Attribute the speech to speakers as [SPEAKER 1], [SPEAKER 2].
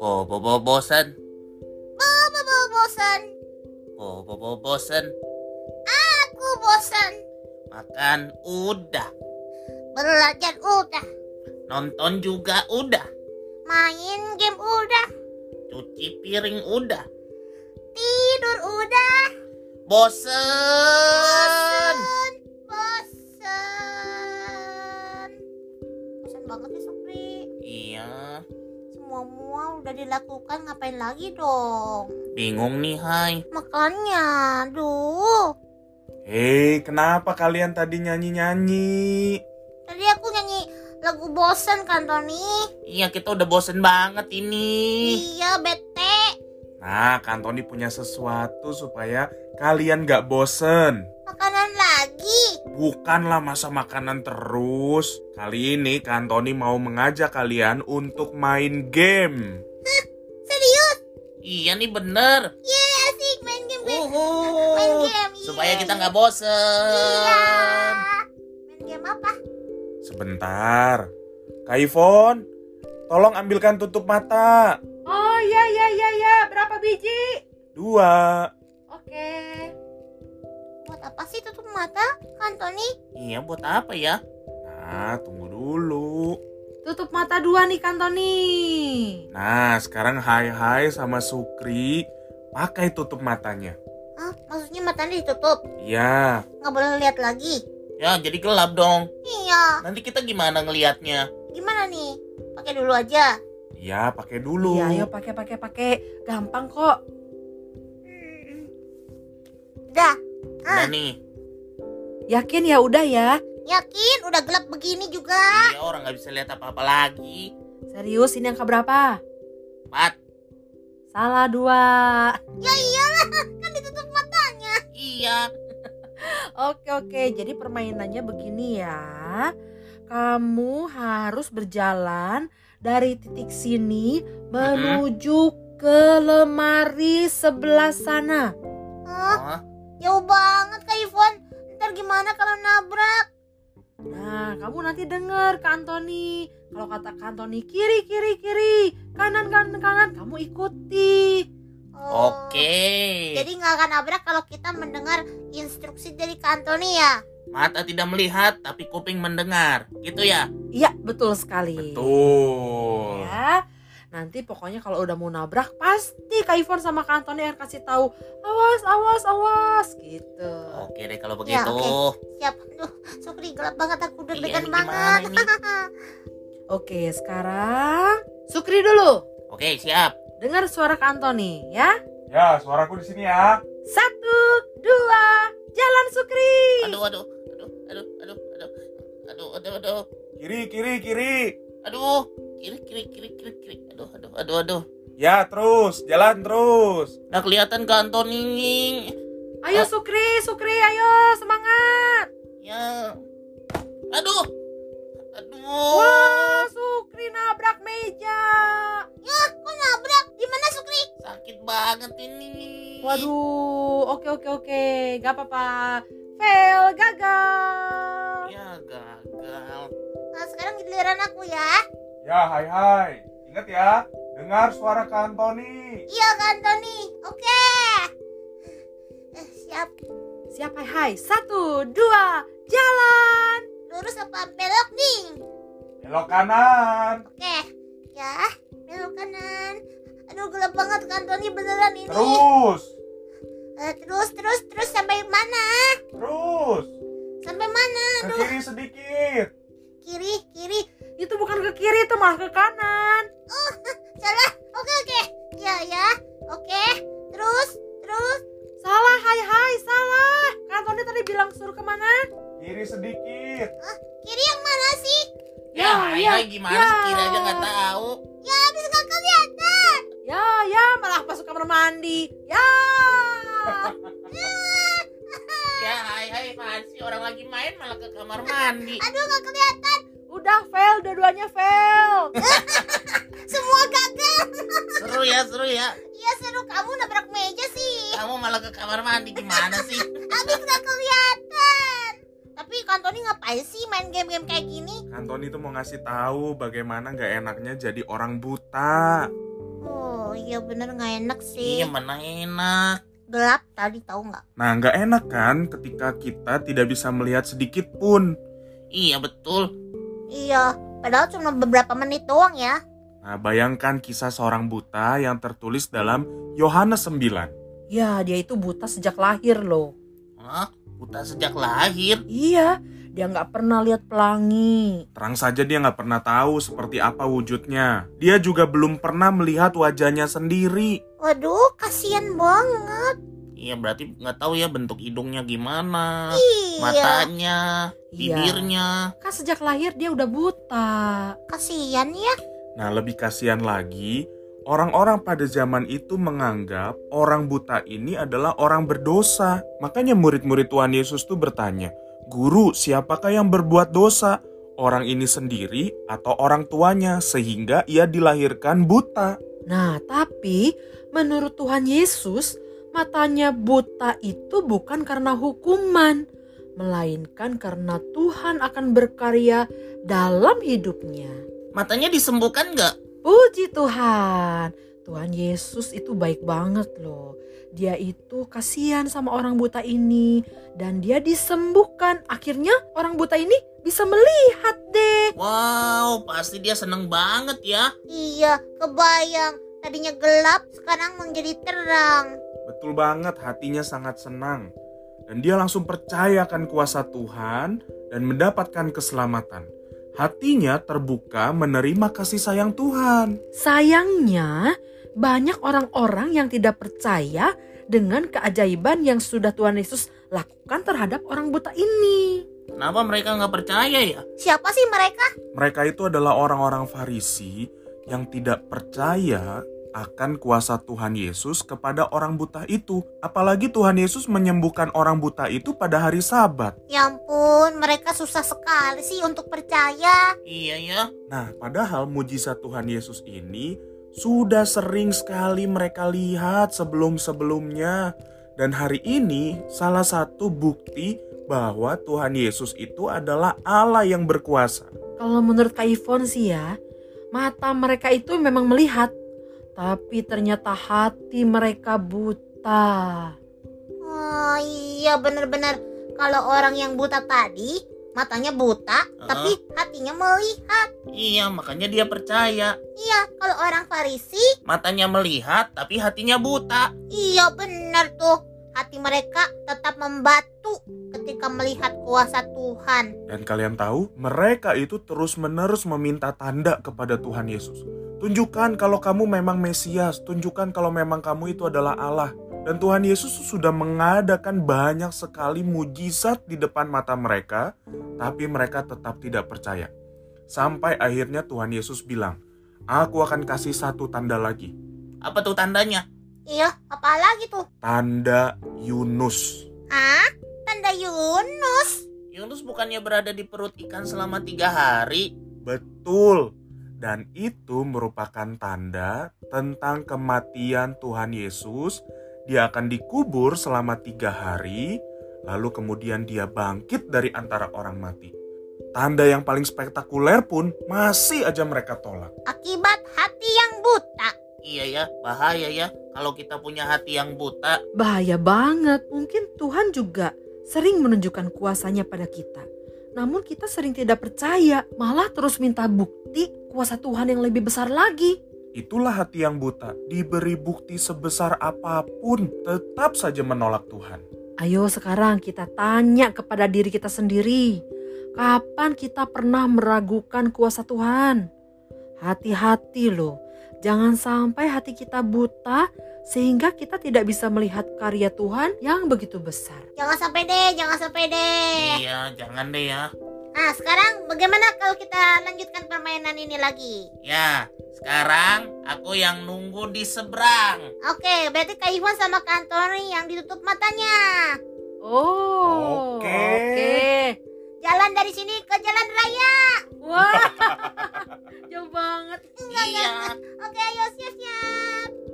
[SPEAKER 1] Bo bo bo bosan.
[SPEAKER 2] Bobo bo bosan.
[SPEAKER 1] Bo bo bo bosan.
[SPEAKER 2] Aku bosan.
[SPEAKER 1] Makan udah.
[SPEAKER 2] Belajar udah.
[SPEAKER 1] Nonton juga udah.
[SPEAKER 2] Main game udah.
[SPEAKER 1] Cuci piring udah.
[SPEAKER 2] Tidur udah.
[SPEAKER 1] Bosen.
[SPEAKER 2] Bosan. Bosan. Bosan banget ya Sopri.
[SPEAKER 1] Iya.
[SPEAKER 2] Semua mua udah dilakukan ngapain lagi dong?
[SPEAKER 1] Bingung nih Hai.
[SPEAKER 2] Makanya, duh.
[SPEAKER 3] Hei, Eh, kenapa kalian tadi nyanyi-nyanyi?
[SPEAKER 2] Tadi aku nyanyi lagu bosan kan Tony?
[SPEAKER 1] Iya kita udah bosen banget ini.
[SPEAKER 2] Iya, bete.
[SPEAKER 3] Nah, Kantoni punya sesuatu supaya kalian gak bosen.
[SPEAKER 2] Makanan lagi.
[SPEAKER 3] Bukanlah masa makanan terus. Kali ini Kantoni mau mengajak kalian untuk main game.
[SPEAKER 2] Serius?
[SPEAKER 1] Iya nih bener.
[SPEAKER 2] Yeay, asik main game. Main main
[SPEAKER 1] Uhu.
[SPEAKER 2] game. iya.
[SPEAKER 1] Oh. Supaya kita nggak
[SPEAKER 2] Iya.
[SPEAKER 1] bosen.
[SPEAKER 2] Main game apa?
[SPEAKER 3] Sebentar. Kaifon, tolong ambilkan tutup mata.
[SPEAKER 4] Oh iya iya iya iya berapa biji?
[SPEAKER 3] Dua.
[SPEAKER 4] Oke.
[SPEAKER 2] Buat apa sih tutup mata? Kan Tony?
[SPEAKER 1] Iya buat apa ya?
[SPEAKER 3] Nah, tunggu dulu.
[SPEAKER 4] Tutup mata dua nih Kantoni.
[SPEAKER 3] Nah, sekarang Hai Hai sama Sukri pakai tutup matanya.
[SPEAKER 2] Hah? Maksudnya matanya ditutup?
[SPEAKER 3] Iya.
[SPEAKER 2] Nggak boleh lihat lagi?
[SPEAKER 1] Ya jadi gelap dong.
[SPEAKER 2] Iya.
[SPEAKER 1] Nanti kita gimana ngelihatnya?
[SPEAKER 2] Gimana nih? Pakai dulu aja.
[SPEAKER 3] Iya, pakai dulu.
[SPEAKER 4] Iya ayo pakai pakai pakai gampang kok.
[SPEAKER 2] Hmm. Dah.
[SPEAKER 1] Udah
[SPEAKER 2] Ah,
[SPEAKER 1] nih.
[SPEAKER 4] Yakin ya udah ya.
[SPEAKER 2] yakin udah gelap begini juga?
[SPEAKER 1] Iya orang nggak bisa lihat apa-apa lagi.
[SPEAKER 4] Serius ini angka berapa?
[SPEAKER 1] Pat.
[SPEAKER 4] Salah dua.
[SPEAKER 2] Ya iyalah, kan ditutup matanya.
[SPEAKER 1] Iya.
[SPEAKER 4] Oke oke jadi permainannya begini ya. Kamu harus berjalan dari titik sini menuju ke lemari sebelah sana.
[SPEAKER 1] Oh,
[SPEAKER 2] Hah? Jauh banget Kak Ivon. Ntar gimana kalau nabrak?
[SPEAKER 4] Nah, kamu nanti dengar Kak Antoni. Kalau kata Kak Antoni kiri, kiri, kiri, kanan, kanan, kanan, kamu ikuti.
[SPEAKER 2] Oh.
[SPEAKER 1] Oke.
[SPEAKER 2] Jadi nggak akan nabrak kalau kita mendengar instruksi dari Kak Antoni ya?
[SPEAKER 1] Mata tidak melihat tapi kuping mendengar. Gitu ya.
[SPEAKER 4] Iya, betul sekali.
[SPEAKER 3] Betul.
[SPEAKER 4] Ya. Nanti pokoknya kalau udah mau nabrak pasti Kak Ivon sama Kak Antoni akan kasih tahu, awas, awas, awas gitu.
[SPEAKER 1] Oke deh kalau begitu.
[SPEAKER 2] Ya, Siap. Aduh, Sukri gelap banget aku
[SPEAKER 1] Iya,
[SPEAKER 2] deg-degan
[SPEAKER 1] ini
[SPEAKER 2] banget.
[SPEAKER 1] gimana
[SPEAKER 4] Oke, sekarang Sukri dulu.
[SPEAKER 1] Oke siap.
[SPEAKER 4] Dengar suara Kak Antoni ya.
[SPEAKER 3] Ya, suaraku di sini ya.
[SPEAKER 4] Satu, dua, jalan Sukri.
[SPEAKER 1] Aduh aduh aduh aduh aduh aduh aduh aduh aduh
[SPEAKER 3] Kiri, kiri, kiri.
[SPEAKER 1] aduh kiri kiri kiri kiri kiri aduh aduh aduh aduh
[SPEAKER 3] Ya, terus, jalan terus.
[SPEAKER 1] nggak kelihatan ke Antoni
[SPEAKER 4] Ayo Sukri, Sukri, ayo semangat.
[SPEAKER 1] ya aduh aduh
[SPEAKER 4] Wah, Sukri nabrak meja.
[SPEAKER 2] ya, kok nabrak? Gimana Sukri?
[SPEAKER 1] sakit banget ini
[SPEAKER 4] Waduh, oke oke oke, gak apa-apa. Fail, gagal.
[SPEAKER 1] ya gagal
[SPEAKER 2] Nah, sekarang giliran aku ya.
[SPEAKER 3] Ya, hai hai. Ingat ya, dengar suara Kantoni.
[SPEAKER 2] Iya Kak Antoni. Oke. Eh, siap.
[SPEAKER 4] Siapa hai? Satu, dua, jalan.
[SPEAKER 2] Lurus apa belok nih?
[SPEAKER 3] Belok kanan.
[SPEAKER 2] Oke. Ya, belok kanan. Aduh, gelap banget Kak Antoni beneran ini.
[SPEAKER 3] Terus,
[SPEAKER 2] Eh, terus, terus, terus sampai mana?
[SPEAKER 3] terus.
[SPEAKER 2] Sampai mana?
[SPEAKER 3] Ke kiri sedikit.
[SPEAKER 2] Kiri, kiri.
[SPEAKER 4] Itu bukan ke kiri, itu malah ke kanan.
[SPEAKER 2] Oh, salah. Oke, oke. Ya, ya. Oke. Terus, terus.
[SPEAKER 4] Salah, hai hai, salah. Kantornya tadi bilang suruh kemana?
[SPEAKER 3] Kiri sedikit.
[SPEAKER 2] Kiri yang mana sih?
[SPEAKER 1] ya
[SPEAKER 4] Ya,
[SPEAKER 1] hai
[SPEAKER 4] ya,
[SPEAKER 1] hai gimana
[SPEAKER 4] ya.
[SPEAKER 1] sih kira aja nggak tahu
[SPEAKER 2] Ya, habis gak kelihatan.
[SPEAKER 4] Ya, ya, malah masuk kamar mandi. Ya.
[SPEAKER 1] ya hai hai apaan sih orang lagi main malah ke kamar mandi
[SPEAKER 2] Aduh, gak kelihatan.
[SPEAKER 4] Udah fail, dua-duanya fail.
[SPEAKER 2] Semua gagal.
[SPEAKER 1] seru ya seru ya
[SPEAKER 2] Iya, seru. Kamu nabrak meja sih.
[SPEAKER 1] kamu malah ke kamar mandi gimana sih
[SPEAKER 2] Habis gak kelihatan. Tapi Kantoni ngapain sih main game-game kayak gini?
[SPEAKER 3] Kantoni tuh mau ngasih tahu bagaimana nggak enaknya jadi orang buta.
[SPEAKER 2] Oh iya bener nggak enak
[SPEAKER 1] Iya
[SPEAKER 2] sih.
[SPEAKER 1] mana enak.
[SPEAKER 2] Gelap tadi tahu nggak?
[SPEAKER 3] Nah, nggak enak kan ketika kita tidak bisa melihat sedikit pun.
[SPEAKER 1] Iya betul.
[SPEAKER 2] Iya. Padahal cuma beberapa menit doang ya.
[SPEAKER 3] Nah, bayangkan kisah seorang buta yang tertulis dalam Yohanes 9.
[SPEAKER 4] Ya, dia itu buta sejak lahir loh.
[SPEAKER 1] Hah? Buta sejak lahir.
[SPEAKER 4] Iya, dia nggak pernah lihat pelangi.
[SPEAKER 3] Terang saja dia nggak pernah tahu seperti apa wujudnya. Dia juga belum pernah melihat wajahnya sendiri.
[SPEAKER 2] Waduh, kasihan banget.
[SPEAKER 1] Iya berarti nggak tahu ya bentuk hidungnya gimana,
[SPEAKER 2] Iya.
[SPEAKER 1] matanya,
[SPEAKER 4] Iya.
[SPEAKER 1] bibirnya.
[SPEAKER 4] Kan sejak lahir dia udah buta.
[SPEAKER 2] Kasihan ya.
[SPEAKER 3] Nah, lebih kasihan lagi, orang-orang pada zaman itu menganggap orang buta ini adalah orang berdosa. Makanya murid-murid Tuhan Yesus tuh bertanya, "Guru, siapakah yang berbuat dosa? Orang ini sendiri atau orang tuanya sehingga ia dilahirkan buta?"
[SPEAKER 4] Nah, tapi menurut Tuhan Yesus, matanya buta itu bukan karena hukuman, melainkan karena Tuhan akan berkarya dalam hidupnya.
[SPEAKER 1] Matanya disembuhkan nggak?
[SPEAKER 4] Puji Tuhan. Tuhan Yesus itu baik banget loh. Dia itu kasihan sama orang buta ini dan dia disembuhkan. Akhirnya orang buta ini bisa melihat deh.
[SPEAKER 1] Wow, pasti dia seneng banget ya.
[SPEAKER 2] Iya, kebayang. Tadinya gelap, sekarang menjadi terang.
[SPEAKER 3] Betul banget, hatinya sangat senang. Dan dia langsung percaya akan kuasa Tuhan dan mendapatkan keselamatan. Hatinya terbuka menerima kasih sayang Tuhan.
[SPEAKER 4] Sayangnya banyak orang-orang yang tidak percaya dengan keajaiban yang sudah Tuhan Yesus lakukan terhadap orang buta ini.
[SPEAKER 1] Kenapa mereka nggak percaya ya?
[SPEAKER 2] Siapa sih mereka?
[SPEAKER 3] Mereka itu adalah orang-orang Farisi yang tidak percaya akan kuasa Tuhan Yesus kepada orang buta itu. Apalagi Tuhan Yesus menyembuhkan orang buta itu pada hari Sabat.
[SPEAKER 2] Ya ampun, mereka susah sekali sih untuk percaya.
[SPEAKER 1] Iya ya.
[SPEAKER 3] Nah, padahal mujizat Tuhan Yesus ini sudah sering sekali mereka lihat sebelum-sebelumnya. Dan hari ini salah satu bukti bahwa Tuhan Yesus itu adalah Allah yang berkuasa.
[SPEAKER 4] Kalau menurut Kak Ivon sih ya, mata mereka itu memang melihat, tapi ternyata hati mereka buta.
[SPEAKER 2] Oh iya bener-bener Kalau orang yang buta tadi Matanya buta
[SPEAKER 1] Uh-uh.
[SPEAKER 2] Tapi hatinya melihat
[SPEAKER 1] Iya, makanya dia percaya.
[SPEAKER 2] Iya kalau orang farisi
[SPEAKER 1] Matanya melihat tapi hatinya buta.
[SPEAKER 2] Iya bener tuh Hati mereka tetap membatu Ketika melihat kuasa Tuhan
[SPEAKER 3] Dan kalian tahu, mereka itu terus-menerus meminta tanda kepada Tuhan Yesus. Tunjukkan kalau kamu memang Mesias, tunjukkan kalau memang kamu itu adalah Allah. Dan Tuhan Yesus sudah mengadakan banyak sekali mujizat di depan mata mereka, tapi mereka tetap tidak percaya. Sampai akhirnya Tuhan Yesus bilang, "Aku akan kasih satu tanda lagi,
[SPEAKER 1] Apa tuh tandanya?
[SPEAKER 2] Iya apalagi tuh
[SPEAKER 3] tanda Yunus."
[SPEAKER 2] Ah tanda Yunus
[SPEAKER 1] Yunus bukannya berada di perut ikan selama tiga hari?
[SPEAKER 3] Betul. Dan itu merupakan tanda tentang kematian Tuhan Yesus. Dia akan dikubur selama tiga hari, lalu kemudian dia bangkit dari antara orang mati. Tanda yang paling spektakuler pun masih aja mereka tolak.
[SPEAKER 2] Akibat hati yang buta
[SPEAKER 1] Iya ya, bahaya ya. Kalau kita punya hati yang buta,
[SPEAKER 4] Bahaya banget. Mungkin Tuhan juga sering menunjukkan kuasanya pada kita. Namun kita sering tidak percaya, malah terus minta bukti kuasa Tuhan yang lebih besar lagi.
[SPEAKER 3] Itulah hati yang buta, diberi bukti sebesar apapun, tetap saja menolak Tuhan.
[SPEAKER 4] Ayo sekarang kita tanya kepada diri kita sendiri. Kapan kita pernah meragukan kuasa Tuhan? Hati-hati loh. Jangan sampai hati kita buta sehingga kita tidak bisa melihat karya Tuhan yang begitu besar.
[SPEAKER 2] Jangan sampai deh Jangan sampai deh
[SPEAKER 1] iya jangan deh ya.
[SPEAKER 2] Nah sekarang bagaimana kalau kita lanjutkan permainan ini lagi
[SPEAKER 1] Ya, sekarang aku yang nunggu di seberang.
[SPEAKER 2] Oke, berarti Kak Iwan sama Kak Antoni yang ditutup matanya.
[SPEAKER 4] Oh.
[SPEAKER 3] Oke.
[SPEAKER 2] Jalan dari sini ke jalan raya.
[SPEAKER 4] Wah. Jauh banget.
[SPEAKER 1] iya.
[SPEAKER 2] Oke, ayo siap-siap.